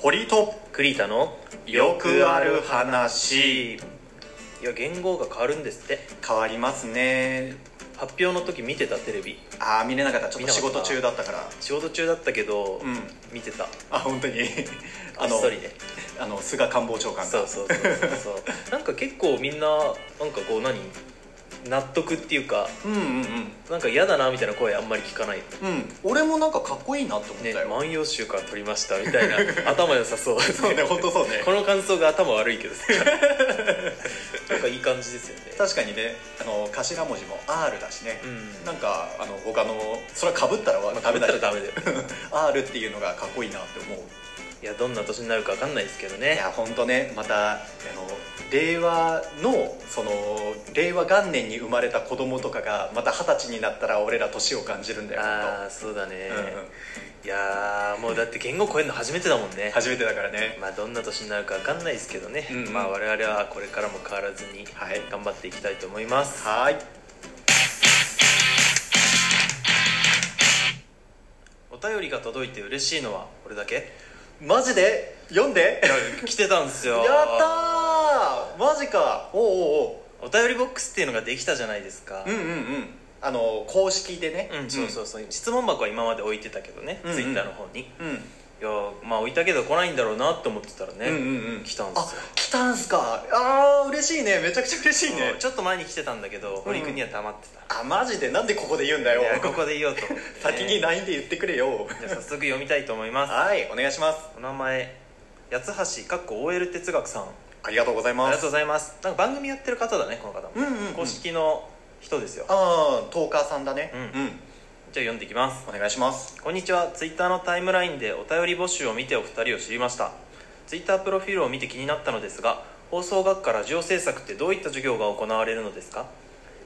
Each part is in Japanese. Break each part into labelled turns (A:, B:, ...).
A: 堀と
B: 栗田の
A: よくある話
B: いや言語が変わるんですって
A: 変わりますね
B: 発表の時見てたテレビ
A: ああ見れなかったちょっと仕事中だったから
B: 仕事中だったけど、
A: うん
B: 見てた
A: あ本 当に
B: あ
A: あ
B: っ
A: の
B: そりね
A: あの菅官房長官
B: そう
A: が
B: そうそうそうそうなんか結構みんななんかこう何納得っていうか
A: うんうん
B: なんか嫌だなみたいな声あんまり聞かない
A: うんうん俺もなんかかっこいいなって思った
B: ね
A: よ、
B: 万葉集から撮りましたみたいな 頭良さそう
A: そうね本当そうね
B: この感想が頭悪いけ どさなんかいい感じですよね
A: 確かにねあの頭文字も R だしね、
B: うん
A: なんかあの他のそれはかぶったら
B: まあ
A: ダメだ
B: 被ったらダメだ
A: R っていうのがかっこいいなって思う
B: いやどんな年になるかわかんないですけど
A: い
B: ね
A: や本当ねまたあの令和のその令和元年に生まれた子供とかがまた二十歳になったら俺ら年を感じるんだよ
B: ああそうだね、
A: 本当うんうん
B: いやーもうだって言語超えるの初めてだもんね
A: 初めてだからね
B: まあどんな年になるかわかんないですけどね、
A: うん
B: まあ我々はこれからも変わらずに
A: はい
B: 頑張っていきたいと思います
A: はーい
B: お便りが届いて嬉しいのはこれだけ
A: マジで読んで
B: 来てたんです
A: や
B: よ
A: ったーマジかおうおうおう
B: お便りボックスっていうのができたじゃないですか
A: うんうんうんあの公式でね
B: うん、そうそううそう質問箱は今まで置いてたけどね、
A: うんうん
B: ツイッターの方にい
A: うん、
B: やーまあ置いたけど来ないんだろうなって思ってたらね、
A: うんうんうん
B: 来たんで
A: あ
B: すよ
A: 来たんすかあー嬉しいねめちゃくちゃ嬉しいね
B: そうちょっと前に来てたんだけど堀君には黙ってた、
A: あマジでなんでここで言うんだよ
B: いやここで言おうと思って、
A: 先に LINE で言ってくれよ
B: じゃあ早速読みたいと思います
A: はいお願いします
B: お名前八橋かっこ OL 哲学さんあ
A: ありがとうござい
B: り
A: ま
B: が
A: す
B: とうございますなんか番組やってる方だねこの方も、
A: うんうんうん
B: 公式の人ですよじゃあ
A: ああトーカーさんだね
B: うん読んでいきます
A: お願いします
B: こんにちはツイッターのタイムラインでお便り募集を見てお二人を知りましたツイッタープロフィールを見て気になったのですが放送学科ラジオ制作ってどういった授業が行われるのですか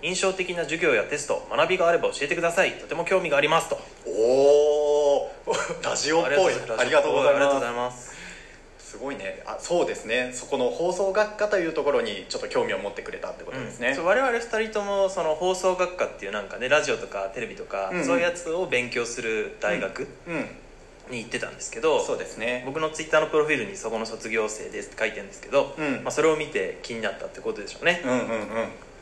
B: 印象的な授業やテスト学びがあれば教えてくださいとても興味がありますと
A: おおラジオっぽいありがとうござい
B: ありがと
A: ま
B: うございます
A: すすごいねあそうですねそこの放送学科というところにちょっと興味を持ってくれたってことです
B: うん
A: ね
B: そう我々二人ともその放送学科っていうなんかねラジオとかテレビとか、
A: うんうん
B: そういうやつを勉強する大学
A: うん
B: に行ってたんですけど、
A: そうですね
B: 僕のツイッターのプロフィールにそこの卒業生ですって書いてるんですけど、
A: うん
B: まあ、それを見て気になったってことでしょうね、
A: うんうんうん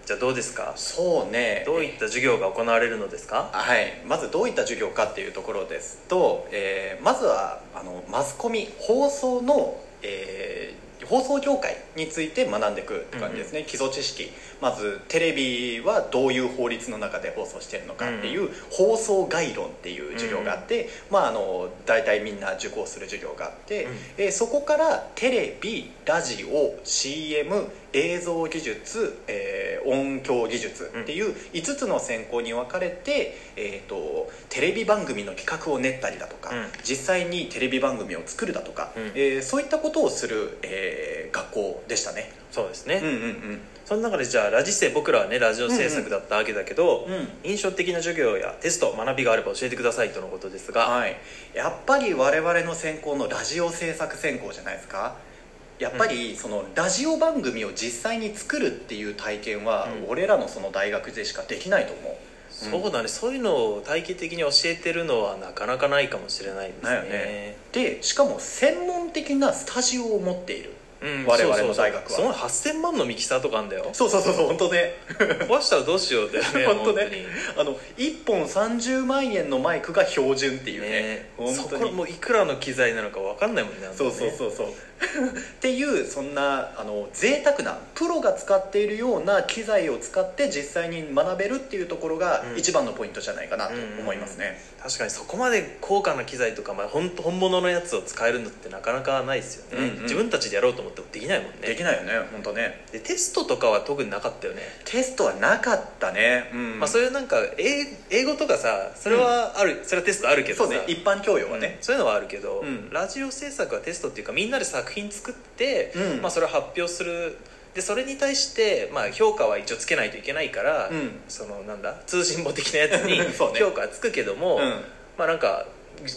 B: じゃあどうですか
A: そうね
B: どういった授業が行われるのですか
A: はい、まずどういった授業かっていうところですと、えーまずはあのマスコミ放送の、えー放送業界について学んでいくって感じですね、基礎知識まずテレビはどういう法律の中で放送してるのかっていう、放送概論っていう授業があって、まああの大体みんな受講する授業があって、
B: うん
A: えーそこからテレビラジオ CM 映像技術、えー音響技術っていう5つの専攻に分かれて、えー、とテレビ番組の企画を練ったりだとか、
B: うん
A: 実際にテレビ番組を作るだとか、
B: うん
A: えーそういったことをする、えー学校でしたね。
B: そうですね、
A: うんうん
B: その中でじゃあラジ生僕らはねラジオ制作だったわけだけど、
A: うんうん
B: 印象的な授業やテスト学びがあれば教えてくださいとのことですが、
A: はい、やっぱり我々の専攻のラジオ制作専攻じゃないですかやっぱりそのラジオ番組を実際に作るっていう体験は
B: うん
A: 俺らのその大学でしかできないと思う、
B: そうだね、そういうのを体系的に教えてるのはなかなかないかもしれないです
A: だよ
B: ね
A: ねでしかも専門的なスタジオを持っている
B: うん
A: 我々
B: そうそう
A: の
B: そう
A: 大学は
B: その8000万のミキサーとかあん だよ
A: そうそうそうそう本当ね
B: 壊したらどうしようだよ ね
A: 本当
B: 本当に
A: ね あの1本30万円のマイクが標準っていうね
B: ね
A: 本
B: そ
A: 当
B: こ
A: に
B: もういくらの機材なのか分かんないもんねあんなのね
A: そうそうそうそうっていうそんなあの贅沢なプロが使っているような機材を使って実際に学べるっていうところが
B: うん
A: 一番のポイントじゃないかなと思いますね、
B: 確かにそこまで高価な機材とか、まあ、本当本物のやつを使えるのってなかなかないですよね、
A: うんうん
B: 自分たちでやろうと思ってもできないもんね
A: できないよね本当ね
B: でテストとかは特になかったよね、
A: テストはなかったね、うん
B: まあ、そういうなんか英英語とかさそれはある、それはテストあるけど
A: そ
B: さ
A: うね一般教養は
B: ね
A: ね、
B: そういうのはあるけど、
A: うん
B: ラジオ制作はテストっていうかみんなで作品作って、
A: うん
B: まあ、それを発表するでそれに対して、まあ、評価は一応つけないといけないから、
A: うん
B: そのなんだ通信簿的なやつに
A: そうね
B: 評価はつくけども、
A: うん
B: まあなんか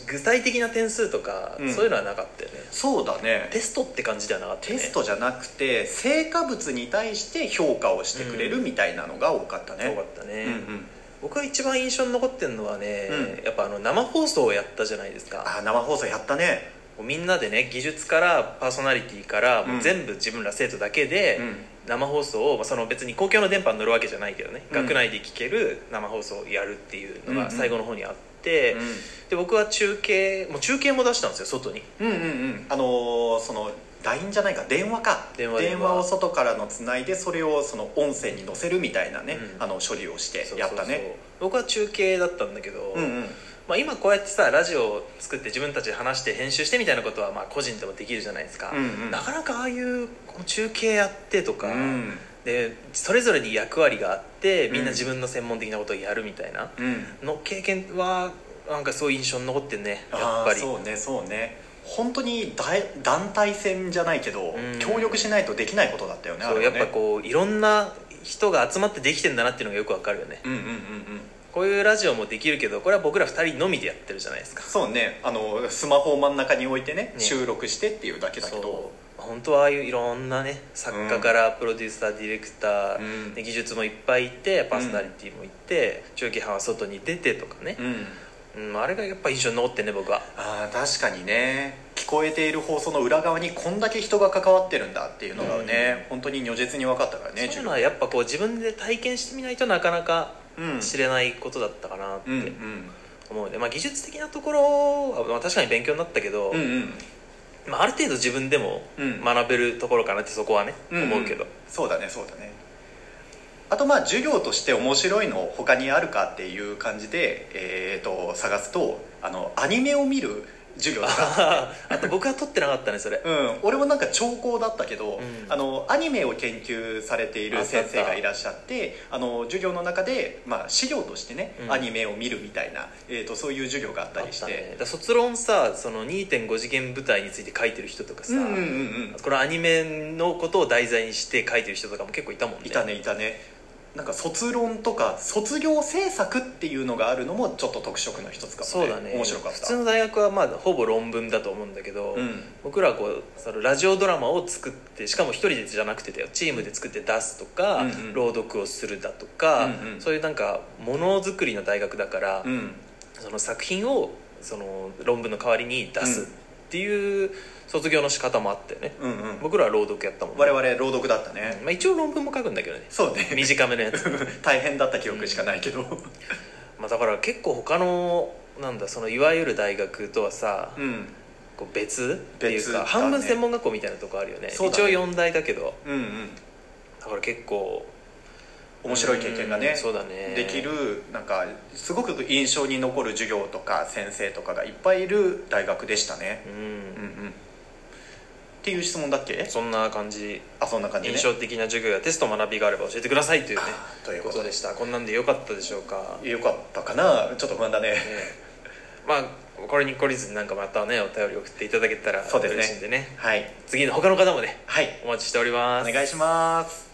B: 具体的な点数とか、
A: うん
B: そういうのはなかったよね
A: そうだね
B: テストって感じではなかったよ
A: テ
B: ね
A: ストじゃなくて成果物に対して評価をしてくれるみたいなのが多かった
B: 多か
A: ね、
B: ったね、
A: うんうん
B: 僕が一番印象に残ってるのはね、
A: う
B: やっぱあの生放送をやったじゃないですか
A: あ生放送やったね
B: もうみんなでね技術からパーソナリティからもう全部自分ら生徒だけで
A: うん
B: 生放送を、まあ、その別に公共の電波に乗るわけじゃないけどね、
A: うん
B: 学内で聞ける生放送をやるっていうの
A: うんう
B: が
A: ん
B: 最後の方にあって、で僕は中継もう中継も出したんですよ外に
A: うんうんうんあのーその LINE じゃないか電話か
B: 電話電話
A: を外からのつないでそれをその音声に載せるみたいなね、
B: うん
A: あの処理をしてやった
B: そうそうそう
A: ね
B: 僕は中継だったんだけど、
A: うんうん
B: まあ、今こうやってさラジオを作って自分たちで話して編集してみたいなことはまあ個人でもできるじゃないですか、
A: うんうん
B: なかなかああいうこの中継やってとか、
A: うん
B: でそれぞれに役割があってみん
A: うん
B: な自分の専門的なことをやるみたいな
A: うん
B: の経験はなんかすごい印象に残ってんねや
A: や
B: っ
A: っ
B: ぱ
A: ぱり
B: り
A: そうねそうね本当にだい団体戦じゃないけど、
B: うん
A: 協力しないとできないことだったよね
B: そう
A: あれ
B: や
A: は
B: っ
A: ね
B: ぱこういろんな人が集まってできてんだなっていうのがよくわかるよね
A: うんうんうんうん
B: こういうラジオもできるけどこれは僕ら2人のみでやってるじゃないですか
A: そうねあのスマホを真ん中に置いてね
B: ね
A: 収録してっていうだけだけ
B: そ
A: ど
B: う本当はああいういろんなね作家からプロデューサーディレクター、
A: うん
B: で技術もいっぱいいてパーソナリティもいて、中継班は外に出てとかね
A: う、ん
B: うん、あれがやっぱ印象に残ってんね僕は
A: あー確かにね聞こえている放送の裏側にこんだけ人が関わってるんだっていうのがね、本当に如実に分かったからね
B: そういうのはやっぱこう自分で体験してみないとなかなか
A: うん
B: 知れないことだったかなって
A: うん
B: 思うので、まあ、技術的なところは、まあ、確かに勉強になったけど、
A: うんうんうん
B: まあ、ある程度自分でも
A: うん
B: 学べるところかなってそこはね、
A: うん
B: 思うけど
A: そうだねそうだねあとまあ授業として面白いの他にあるかっていう感じで、えー、と探すとあのアニメを見る授業とか
B: あと僕は撮ってなかったねそれ
A: うん、俺もなんか兆候だったけど、
B: うん
A: あのアニメを研究されている先生がいらっしゃってあの授業の中で、まあ、資料としてね、
B: うん
A: アニメを見るみたいな、えー、とそういう授業があったりし
B: あったねだ
A: て、
B: から卒論さその2.5次元舞台について書いてる人とかさ、
A: うんうんうんうん
B: これアニメのことを題材にして書いてる人とかも結構いたもんね
A: いたねいたねなんか卒論とか卒業制作っていうのがあるのもちょっと特色の一つかもね
B: そうだね
A: 面白かった
B: 普通の大学はまあほぼ論文だと思うんだけど、
A: うん
B: 僕らはこうそのラジオドラマを作ってしかも一人でじゃなくてだよチームで作って出すとか、
A: うんうん
B: 朗読をするだとか、
A: うんうん
B: そういうなんかものづくりの大学だから、
A: うん
B: その作品をその論文の代わりに出すっていう卒業の仕方もあったよね、
A: うんうん
B: 僕らは朗読やったもんね
A: 我々朗読だったね、
B: まあ、一応論文も書くんだけどね
A: そうね
B: 短めのやつ、
A: 大変だった記憶しかないけど
B: まあ、だから結構他のなんだそのいわゆる大学とはさ、
A: うん
B: こう別っていう
A: 別だ
B: か、
A: ね
B: 半分専門学校みたいなとこあるよね
A: そうだ
B: 一応
A: ね
B: 4大だけど
A: うんうん
B: だから結構
A: 面白い経験が
B: う
A: ね
B: んそうだね
A: できるなんかすごく印象に残る授業とか先生とかがいっぱいいる大学でしたね
B: うん、
A: うんうんっていう質問だっけ
B: そんな感じ
A: あそんな感じね
B: 印象的な授業やテスト学びがあれば教えてくださいというね
A: あーという
B: こ
A: ことと
B: で
A: で
B: したこんなんでよかったでしょうか、ね、
A: よかったかなちょっと不安だね
B: まあこれに懲りずになんかまたねお便り送っていただけたら
A: そうですね
B: 嬉しいんでね
A: はい
B: 次の他の方もね
A: はい
B: お待ちしておりま
A: お
B: す
A: 願いします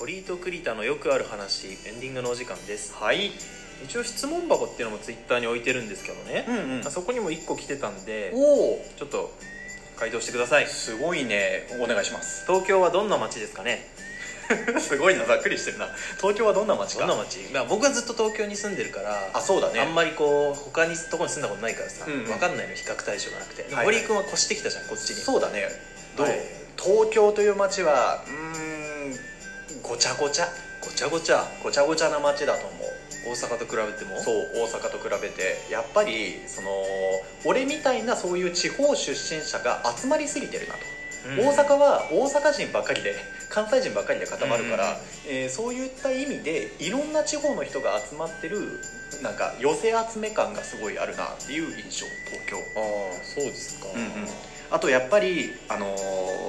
B: オリートクリタのよくある話エンディングのお時間です
A: はい
B: 一応質問箱っていうのもツイッターに置いてるんですけどね、
A: うんうん
B: まあそこにも1個来てたんで
A: おお
B: ちょっと回答してください
A: すごいねお願いします
B: 東京はどんな街ですかね
A: すごいなざっくりしてるな東京はどんな街
B: ど
A: か
B: んな街、まあ、僕はずっと東京に住んでるから
A: あそうだね
B: あんまりこう他にとこに住んだことないからさ、
A: うんうん
B: 分かんないの比較対象がなくて、
A: はいはい
B: 堀井君は越してきたじゃんこっちに
A: そうだねどう、
B: はい
A: 東京という街はうーんごちゃごちゃ
B: ごちゃごちゃ
A: ごちゃごちゃな街だと思う
B: 大阪と比べても
A: そう大阪と比べてやっぱりその俺みたいなそういう地方出身者が集まりすぎてるなと、
B: うん
A: 大阪は大阪人ばっかりで関西人ばっかりで固まるから、
B: うん
A: えーそういった意味でいろんな地方の人が集まってるなんか寄せ集め感がすごいあるなっていう印象東京
B: ああそうですか、
A: うんうんあとやっぱり、あの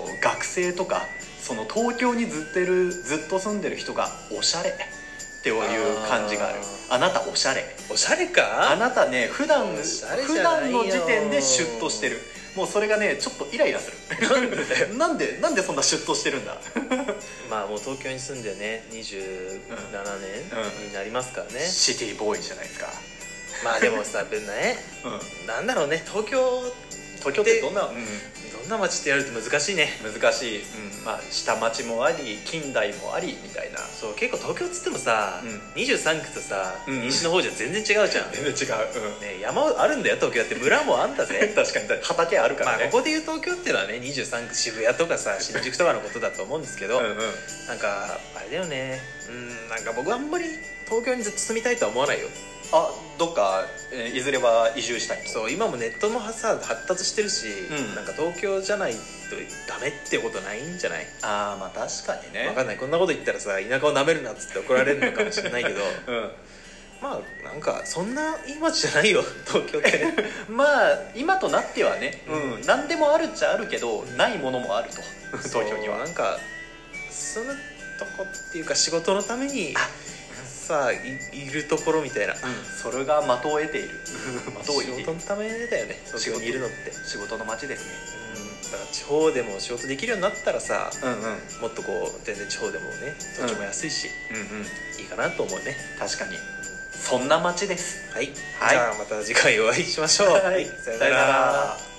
A: ー学生とかその東京にずってるずっと住んでる人がおしゃれっていう感じがあるあなたおしゃれ
B: おしゃれか
A: あなたね普段
B: おしゃれじ
A: 普
B: ゃな
A: 段
B: いよ
A: の時点でシュッとしてるもうそれがねちょっとイライラする なんでなんでそんなシュッとしてるんだ
B: まあもう東京に住んでね27年になりますからね、
A: シティボーイじゃないですか
B: まあでもさ別にね
A: うん、
B: なんだろうね東京
A: 東京ってどんな、う
B: どんな街ってやると難しいね
A: ん、難しい、うんまあ、下町もあり近代もありみたいな
B: そう結構東京っつってもさ、
A: う
B: 23区とさ、
A: うんうん
B: 西の方じゃ全然違うじゃん、ね、
A: 全然違う、うん
B: 山あるんだよ東京だって村もあん だぜ
A: 確かに畑あるか
B: まあ
A: らね、
B: ここで言う東京っていうのはね23区渋谷とかさ新宿とかのことだと思うんですけど、
A: うんうん、
B: なんかあれだよねうんなんか僕あんまり東京にずっと住みたいとは思わないよ
A: あどっか、えーいずれは移住したいと
B: そう今もネットのさ発達してるし、
A: うん
B: なんか東京じゃないとダメってことないんじゃない
A: ああまあ確かにね
B: わかんないこんなこと言ったらさ田舎をなめるなっつって怒られるのかもしれないけど まあなんかそんないい街じゃないよ 東京って
A: うん、まあ今となってはね、
B: うん
A: うん、何でもあるっちゃあるけど、ないものもあると
B: そ
A: 東
B: う
A: 京には
B: なんか住むとこっていうか仕事のためにさあいいるところみたいな
A: それが的を得 ている的を得
B: 仕
A: てい
B: 事
A: る
B: のためだよね東京にいるのって
A: 仕事の街ですね
B: だから地方でも仕事できるようになったらさ
A: うんうんうんうん
B: もっとこう全然地方でもね土地も安いし、いいかなと思うね
A: 確かにそんな街です
B: はい、
A: はい
B: じゃあまた次回お会いしましょう、
A: はいさよなら